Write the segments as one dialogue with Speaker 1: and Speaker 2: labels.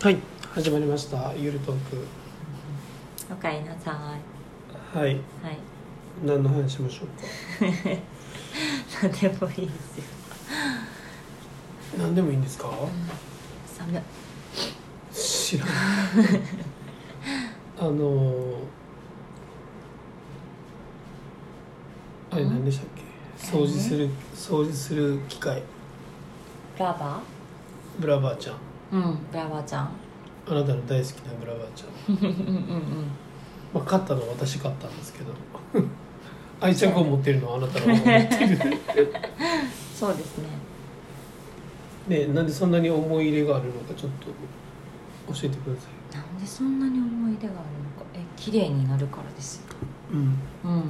Speaker 1: はい始まりましたゆるトーク
Speaker 2: おかえりなさい
Speaker 1: はい
Speaker 2: はい
Speaker 1: 何の話しましょう
Speaker 2: 何でもいいですよ
Speaker 1: か何でもいいんですか
Speaker 2: 寒い
Speaker 1: 知らない あのーあれ何でしたっけ掃除する掃除する機械
Speaker 2: ブラバ
Speaker 1: ブラバーちゃん
Speaker 2: ーうんブラバーちゃん
Speaker 1: あなたの大好きなブラバーちゃん、
Speaker 2: うんうんうん
Speaker 1: まあ、買ったのは私買ったんですけど 愛着を持ってるのはあなたの方が持 ってる
Speaker 2: そうですね
Speaker 1: ねなんでそんなに思い入れがあるのかちょっと教えてください
Speaker 2: なんでそんなに思い出があるのかえ綺麗になるからですよ
Speaker 1: うん
Speaker 2: うん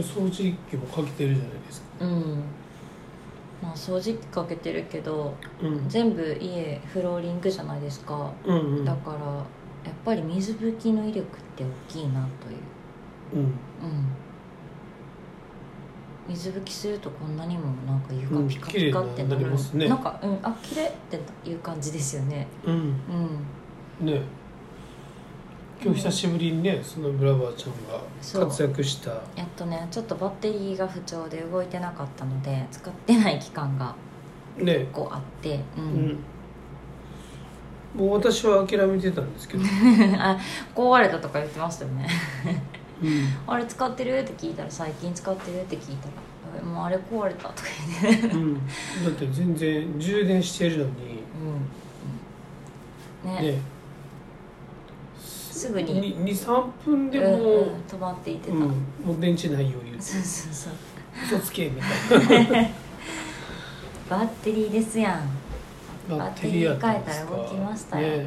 Speaker 1: 掃除機もかけてるじゃないですか
Speaker 2: うんまあ掃除機かけてるけど
Speaker 1: うん
Speaker 2: 全部家フローリングじゃないですか
Speaker 1: うんうん
Speaker 2: だからやっぱり水拭きの威力って大きいなという
Speaker 1: うん
Speaker 2: うん水拭きするとこんなにもなんか床
Speaker 1: うん
Speaker 2: ピカピカってな
Speaker 1: 綺麗になり
Speaker 2: る、
Speaker 1: ますね
Speaker 2: なんか、うん、あ綺麗っていう感じですよね
Speaker 1: うん
Speaker 2: うん
Speaker 1: ね今日久しぶりにねそのブラバーちゃんが活躍した
Speaker 2: やっとねちょっとバッテリーが不調で動いてなかったので使ってない期間が
Speaker 1: ね
Speaker 2: 結構あってう、
Speaker 1: うんんもう私は諦めてたんですけど、
Speaker 2: あ壊れたとか言ってましたよね
Speaker 1: うん、
Speaker 2: あれ使ってるって聞いたら最近使ってるって聞いたらもうあれ壊れたとか言って、
Speaker 1: うん、だって全然充電してるのに
Speaker 2: うん、ね
Speaker 1: ね
Speaker 2: すぐに、
Speaker 1: 23分で
Speaker 2: う
Speaker 1: も
Speaker 2: んう、
Speaker 1: うん
Speaker 2: 止まっていてた、
Speaker 1: うん、もう電池ないよ言うて
Speaker 2: そうそうそう
Speaker 1: 嘘つけみたい
Speaker 2: バッテリーですやん
Speaker 1: な
Speaker 2: バッテリー変えたら動きましたよ、はい
Speaker 1: ね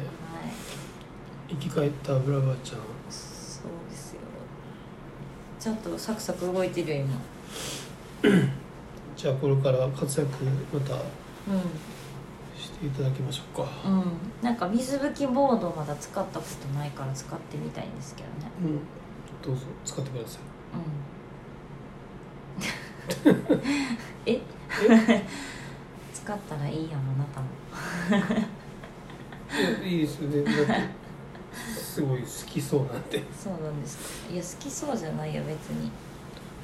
Speaker 1: 生き返ったブラバーちゃん
Speaker 2: そうですよちゃんとサクサク動いてるよ今
Speaker 1: じゃあこれから活躍また
Speaker 2: う
Speaker 1: していただきましょうか
Speaker 2: んうんなんか水拭きボードまだ使ったことないから使ってみたいんですけどね
Speaker 1: うんどうぞ使ってくださ
Speaker 2: うん え使ったらいいやんあなたも
Speaker 1: いいやいいですよねだってすごい好きそうなんで
Speaker 2: そうなんですかいや好きそうじゃないよ別に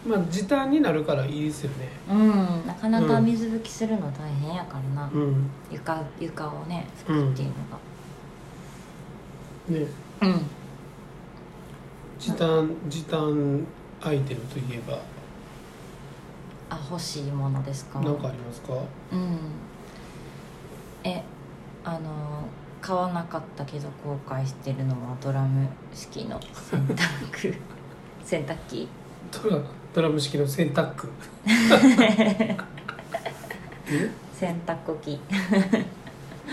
Speaker 1: まあ時短になるからいいですよね
Speaker 2: うんなかなか
Speaker 1: うん
Speaker 2: 水拭きするの大変やからな、
Speaker 1: うん
Speaker 2: 床床をね拭くっていうのが
Speaker 1: ね
Speaker 2: うん
Speaker 1: 時短時短アイテムといえば
Speaker 2: あ欲しいものですか
Speaker 1: 何かありますか
Speaker 2: うんえあの買わなかったけど後悔してるのはドラム式の洗濯 洗濯機
Speaker 1: ドラドラム式の洗濯機え
Speaker 2: 洗濯機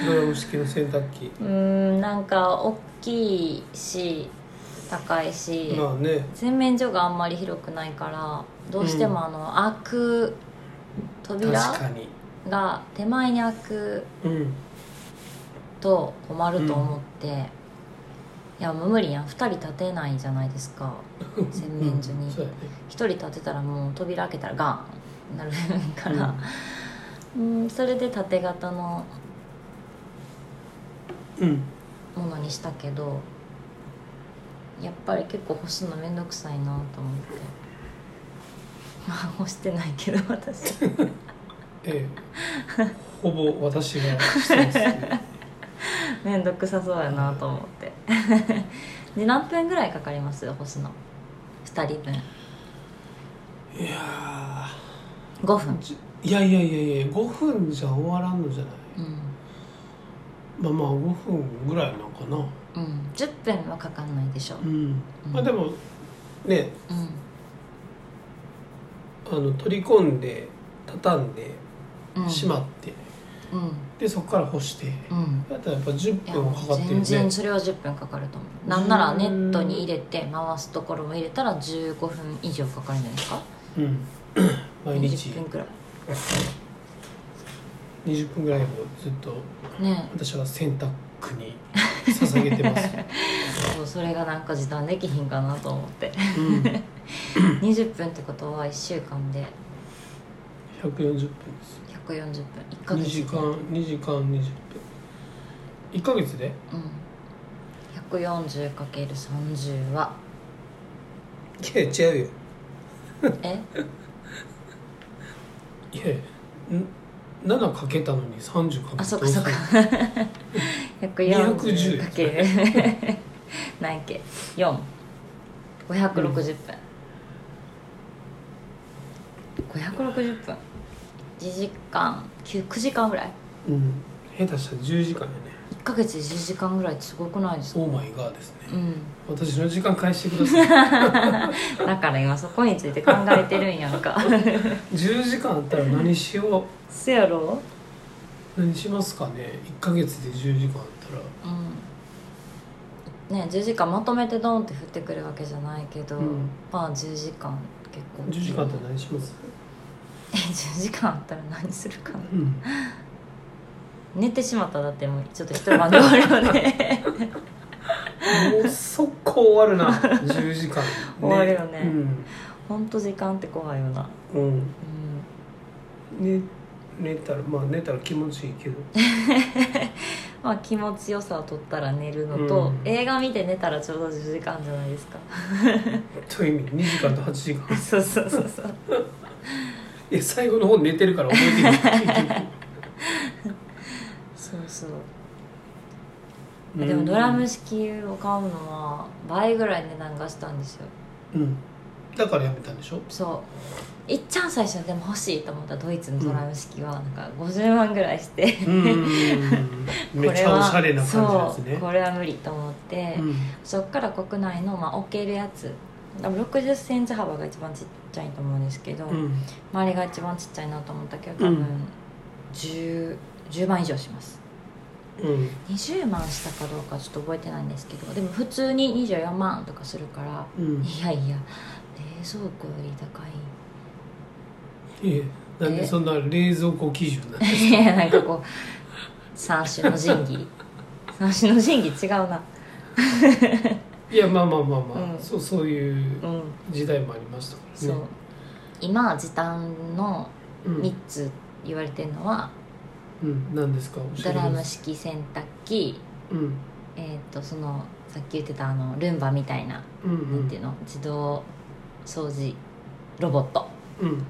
Speaker 1: ドラム式の洗濯機
Speaker 2: うーんなんか大きいし高いし、
Speaker 1: まあね
Speaker 2: 洗面所があんまり広くないからどうしてもあの、開く扉
Speaker 1: 確かに
Speaker 2: が手前に開く
Speaker 1: うん
Speaker 2: と困ると思って、いやもう無理やん2人立てないじゃないですか洗面所に、
Speaker 1: うん
Speaker 2: 一
Speaker 1: そうやね
Speaker 2: 人立てたらもう扉開けたらガンなるから、うん、それで縦型の
Speaker 1: うん
Speaker 2: ものにしたけどやっぱり結構干すの面倒くさいなと思ってまあ干してないけど私
Speaker 1: ええ、ほぼ私がしてますね。
Speaker 2: 面倒くさそうやなと思って で何分ぐらいかかります干すの2人分
Speaker 1: いや
Speaker 2: 5
Speaker 1: ー
Speaker 2: 分
Speaker 1: じいやいやいやいや5分じゃ終わらんのじゃない
Speaker 2: うん
Speaker 1: まあまあ5分ぐらいなんかな
Speaker 2: うん、10分はかかんないでしょ、
Speaker 1: うん
Speaker 2: うん
Speaker 1: まあでもね
Speaker 2: うん
Speaker 1: あの取り込んで畳んで
Speaker 2: うん、
Speaker 1: しまって、
Speaker 2: うん
Speaker 1: でそこから干して
Speaker 2: うん
Speaker 1: だったらやっぱ10
Speaker 2: いや
Speaker 1: 分はかかってる
Speaker 2: 全
Speaker 1: ね
Speaker 2: 然それは10分かかると思うなんならネットに入れて回すところも入れたら15分以上かかるんじゃないですか
Speaker 1: うん 毎日
Speaker 2: 20分くらい
Speaker 1: 20分ぐらいもずっと
Speaker 2: ね
Speaker 1: 私は洗濯 に捧げてます、
Speaker 2: そうそれがなんか時短できひんかなと思って
Speaker 1: うん、
Speaker 2: 20分ってことは1週間で
Speaker 1: 140分です
Speaker 2: 140分1ヶ
Speaker 1: 2
Speaker 2: 月
Speaker 1: 時間2時間20分1か月で
Speaker 2: うん 140×30 はい
Speaker 1: や違うよ
Speaker 2: え
Speaker 1: いやん7かけたのに30かけた
Speaker 2: あそうかそうか
Speaker 1: 210
Speaker 2: 140かける何け4560分、560分1時間9 9時間ぐらい
Speaker 1: うん下手したら10時間やね
Speaker 2: 1ヶ月で10時間ぐらいってすごくないですか
Speaker 1: オーマイガーですね
Speaker 2: うん
Speaker 1: 私の時間返してくだ さい
Speaker 2: だから今そこについて考えてるんやん か
Speaker 1: 10時間あったら何しよ
Speaker 2: そやろ
Speaker 1: う何しますかね1か月で10時間あったら
Speaker 2: うんね10時間まとめてドンって降ってくるわけじゃないけど、
Speaker 1: うん
Speaker 2: まあ10時間結構
Speaker 1: 10時間あったら何します
Speaker 2: え10時間あったら何するかな
Speaker 1: うん
Speaker 2: 寝てしまったらだってもうちょっと一晩で終わる よね
Speaker 1: もう速攻終わるな10時間、ね
Speaker 2: 終わるよねほんと時間って怖いよな
Speaker 1: うん、うん
Speaker 2: うん
Speaker 1: 寝寝たらまあ寝たら気持ちいいけど
Speaker 2: まあ気持ちよさを取ったら寝るのと、
Speaker 1: うん
Speaker 2: 映画見て寝たらちょうど10時間じゃないで すか
Speaker 1: という意味で2時間と8時間
Speaker 2: そうそうそうそう
Speaker 1: いや最後の方寝てるから覚えて ない、
Speaker 2: そうそう
Speaker 1: うん
Speaker 2: でもドラム式を買うのは倍ぐらい値段がしたんですよ
Speaker 1: うんだからやめたんでしょ
Speaker 2: そういっちゃん最初でも欲しいと思ったドイツのドラム式はなんか50万ぐらいして、
Speaker 1: うん めっちゃおしゃれな感じです
Speaker 2: そう
Speaker 1: ね
Speaker 2: これは無理と思って、
Speaker 1: うん
Speaker 2: そっから国内の、まあ、置けるやつ6 0センチ幅が一番ちっちゃいと思うんですけど、
Speaker 1: うん
Speaker 2: 周りが一番ちっちゃいなと思ったけど多分
Speaker 1: うん
Speaker 2: 10, 10万以上します
Speaker 1: うん
Speaker 2: 20万したかどうかちょっと覚えてないんですけどでも普通に24万とかするから
Speaker 1: うん
Speaker 2: いやいや冷蔵庫より高い
Speaker 1: いえなんでそんな冷蔵庫基準なんです
Speaker 2: いやなんかこう三種の神器三種の神器違うな
Speaker 1: かいやまあまあまあまあ、
Speaker 2: うん
Speaker 1: そうそういう
Speaker 2: うん
Speaker 1: 時代もありましたからね
Speaker 2: そう今時短の
Speaker 1: うん、
Speaker 2: 3つ言われてるのは
Speaker 1: うん、何ですか教えて
Speaker 2: ド
Speaker 1: くだ
Speaker 2: ラ
Speaker 1: さい
Speaker 2: ム式洗濯機
Speaker 1: うん
Speaker 2: えっ、とそのさっき言ってたあのルンバみたいな、
Speaker 1: うんう
Speaker 2: なん
Speaker 1: ん
Speaker 2: ていうの自動掃除ロボット
Speaker 1: うん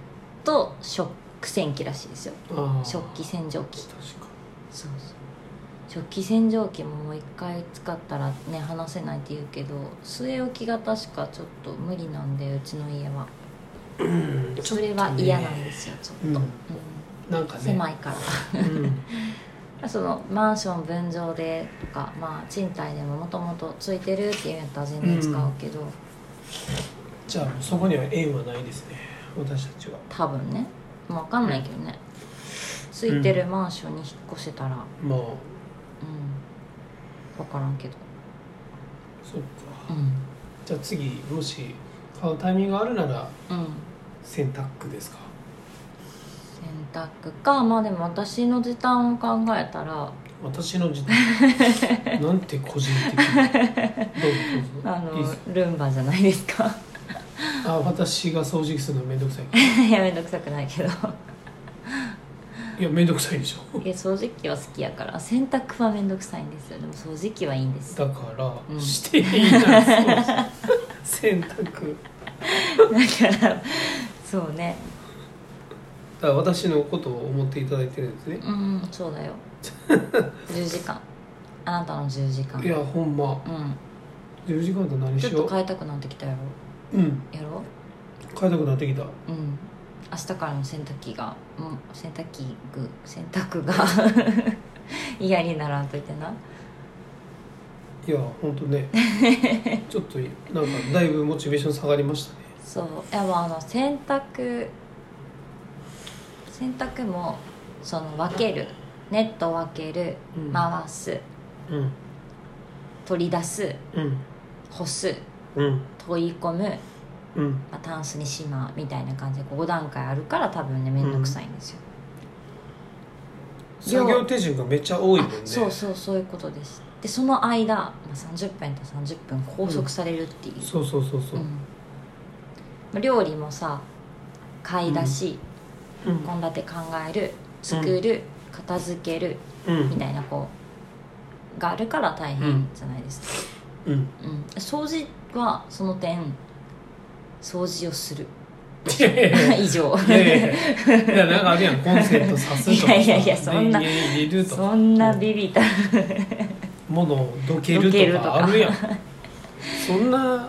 Speaker 2: と食洗機らしいですよ
Speaker 1: ああ
Speaker 2: 食器洗浄機
Speaker 1: 確か
Speaker 2: そうそう食器洗浄機ももう一回使ったらね話せないって言うけど据え置きが確かちょっと無理なんでうちの家は
Speaker 1: うん
Speaker 2: それは嫌なんですよちょっと、
Speaker 1: うん
Speaker 2: う
Speaker 1: なんか
Speaker 2: ん
Speaker 1: ね
Speaker 2: 狭
Speaker 1: い、
Speaker 2: いから
Speaker 1: うん、
Speaker 2: そのマンション分譲でとか、まあ、賃貸でももともとついてるっていうんやったら全然使うけど、
Speaker 1: じゃあそこには縁はないですね私たちは
Speaker 2: 多分ねもう分かんないけどねついてるマンションに引っ越せたらうん
Speaker 1: まあ
Speaker 2: 分からんけど
Speaker 1: そっ
Speaker 2: う
Speaker 1: か
Speaker 2: ん
Speaker 1: じゃあ次もし買うタイミングがあるなら
Speaker 2: うん
Speaker 1: 洗濯区ですか
Speaker 2: 洗濯かまあでも私の時短を考えたら
Speaker 1: 私の時代 なんて個人的な
Speaker 2: あ
Speaker 1: どうぞどうぞいいっ
Speaker 2: の
Speaker 1: す
Speaker 2: ルンバじゃないですか
Speaker 1: あ私が掃除機するのめんどくさいから
Speaker 2: いやめんどくさくないけど
Speaker 1: いやめんどくさいでしょ
Speaker 2: いや掃除機は好きやから洗濯はめんどくさいんですよでも掃除機はいいんです
Speaker 1: だから、
Speaker 2: うん
Speaker 1: していいじゃないですか 洗濯
Speaker 2: だからそうね
Speaker 1: だから私のことを思っていただいてるんですね
Speaker 2: うんそう だよ10時間あなたの10時間
Speaker 1: いやほんま
Speaker 2: う
Speaker 1: 10時間と何
Speaker 2: んちょ
Speaker 1: し
Speaker 2: っと
Speaker 1: よ
Speaker 2: 変えたくなってきたや
Speaker 1: ううん
Speaker 2: ろやろ
Speaker 1: 変えたくなってきた
Speaker 2: うん明日からの洗濯機が、うん、洗濯機具洗濯が 嫌にならんといてない
Speaker 1: やほんと ねちょっとなんかだいぶモチベーション下がりましたね
Speaker 2: そういやまああの洗濯洗濯もその分けるネット分ける
Speaker 1: うん
Speaker 2: 回す
Speaker 1: うん
Speaker 2: 取り出す
Speaker 1: うん
Speaker 2: 干す
Speaker 1: うん
Speaker 2: 取り込む
Speaker 1: うん
Speaker 2: まあ、タンスにしまうみたいな感じで5段階あるから多分ね面倒くさいんですよ、
Speaker 1: 作業手順がめっちゃ多いもんね
Speaker 2: そうそうそういうことですでその間、まあ、30分と30分拘束されるっていう、
Speaker 1: そうそうそうそううん
Speaker 2: まあ料理もさ買い出し
Speaker 1: うん
Speaker 2: 献立、考える作る、片付ける
Speaker 1: うん
Speaker 2: みたいなこうがあるから大変じゃないですか、
Speaker 1: うん
Speaker 2: うん掃除はその点掃除をする
Speaker 1: いやいやいや
Speaker 2: 以上
Speaker 1: いやいやいやいやなんかあるやんコンセントさすとかさ
Speaker 2: いやいやいやそんな
Speaker 1: 電源入れるとか
Speaker 2: そんなビビった
Speaker 1: 物をどける
Speaker 2: どける
Speaker 1: と
Speaker 2: と
Speaker 1: か
Speaker 2: か
Speaker 1: あるやんそんなだ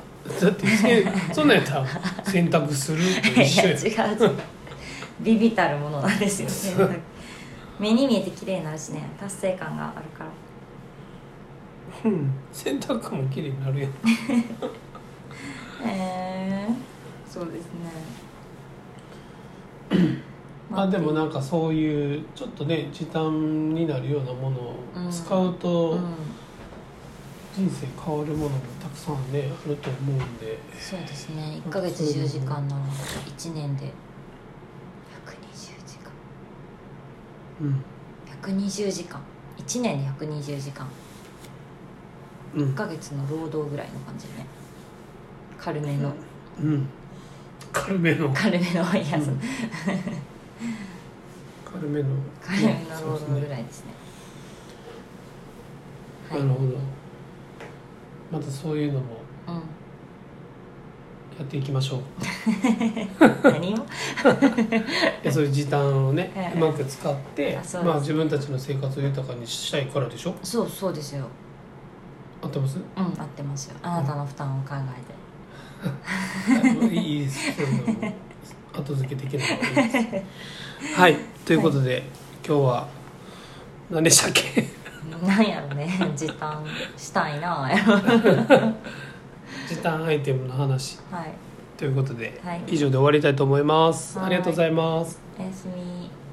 Speaker 1: ってせそんなんやったら洗濯すると一
Speaker 2: いや
Speaker 1: 緒
Speaker 2: 違
Speaker 1: や
Speaker 2: うん違うビビたるものなんですよね目に見えて綺麗になるしね達成感があるから
Speaker 1: うん洗濯も綺麗になるやん
Speaker 2: へえそうですね
Speaker 1: あでもなんかそういうちょっとね時短になるようなものを
Speaker 2: うん
Speaker 1: 使う
Speaker 2: う
Speaker 1: と
Speaker 2: ん
Speaker 1: 人生変わるものもたくさんねあると思うんで
Speaker 2: そうですね1ヶ月10時間なら1年で120時間
Speaker 1: うん
Speaker 2: 120時間1年で120時間
Speaker 1: う
Speaker 2: 1
Speaker 1: ん
Speaker 2: ヶ月の労働ぐらいの感じね軽めの
Speaker 1: うん軽めの
Speaker 2: 軽めのいや
Speaker 1: うん
Speaker 2: その
Speaker 1: 軽めの
Speaker 2: 軽めの労働ぐ
Speaker 1: い
Speaker 2: らいですね
Speaker 1: なるほどまたそういうのも
Speaker 2: うん
Speaker 1: やっていきましょう
Speaker 2: 何を
Speaker 1: いやそういう時短をね
Speaker 2: はいはいう
Speaker 1: まく使って
Speaker 2: あそうです
Speaker 1: まあ自分たちの生活を豊かにしたいからでしょ
Speaker 2: そうそうですよ
Speaker 1: 合ってます
Speaker 2: うん合ってますよあなたの負担を考えて
Speaker 1: いいです。そういうのも後付けできない方がいいです。はい、ということで、今日は何でしたっけ？
Speaker 2: なんやろね時短したいなやろ
Speaker 1: 時短アイテムの話
Speaker 2: はい
Speaker 1: ということで、
Speaker 2: はい
Speaker 1: 以上で終わりたいと思います。
Speaker 2: はい
Speaker 1: ありがとうございます。
Speaker 2: おやすみ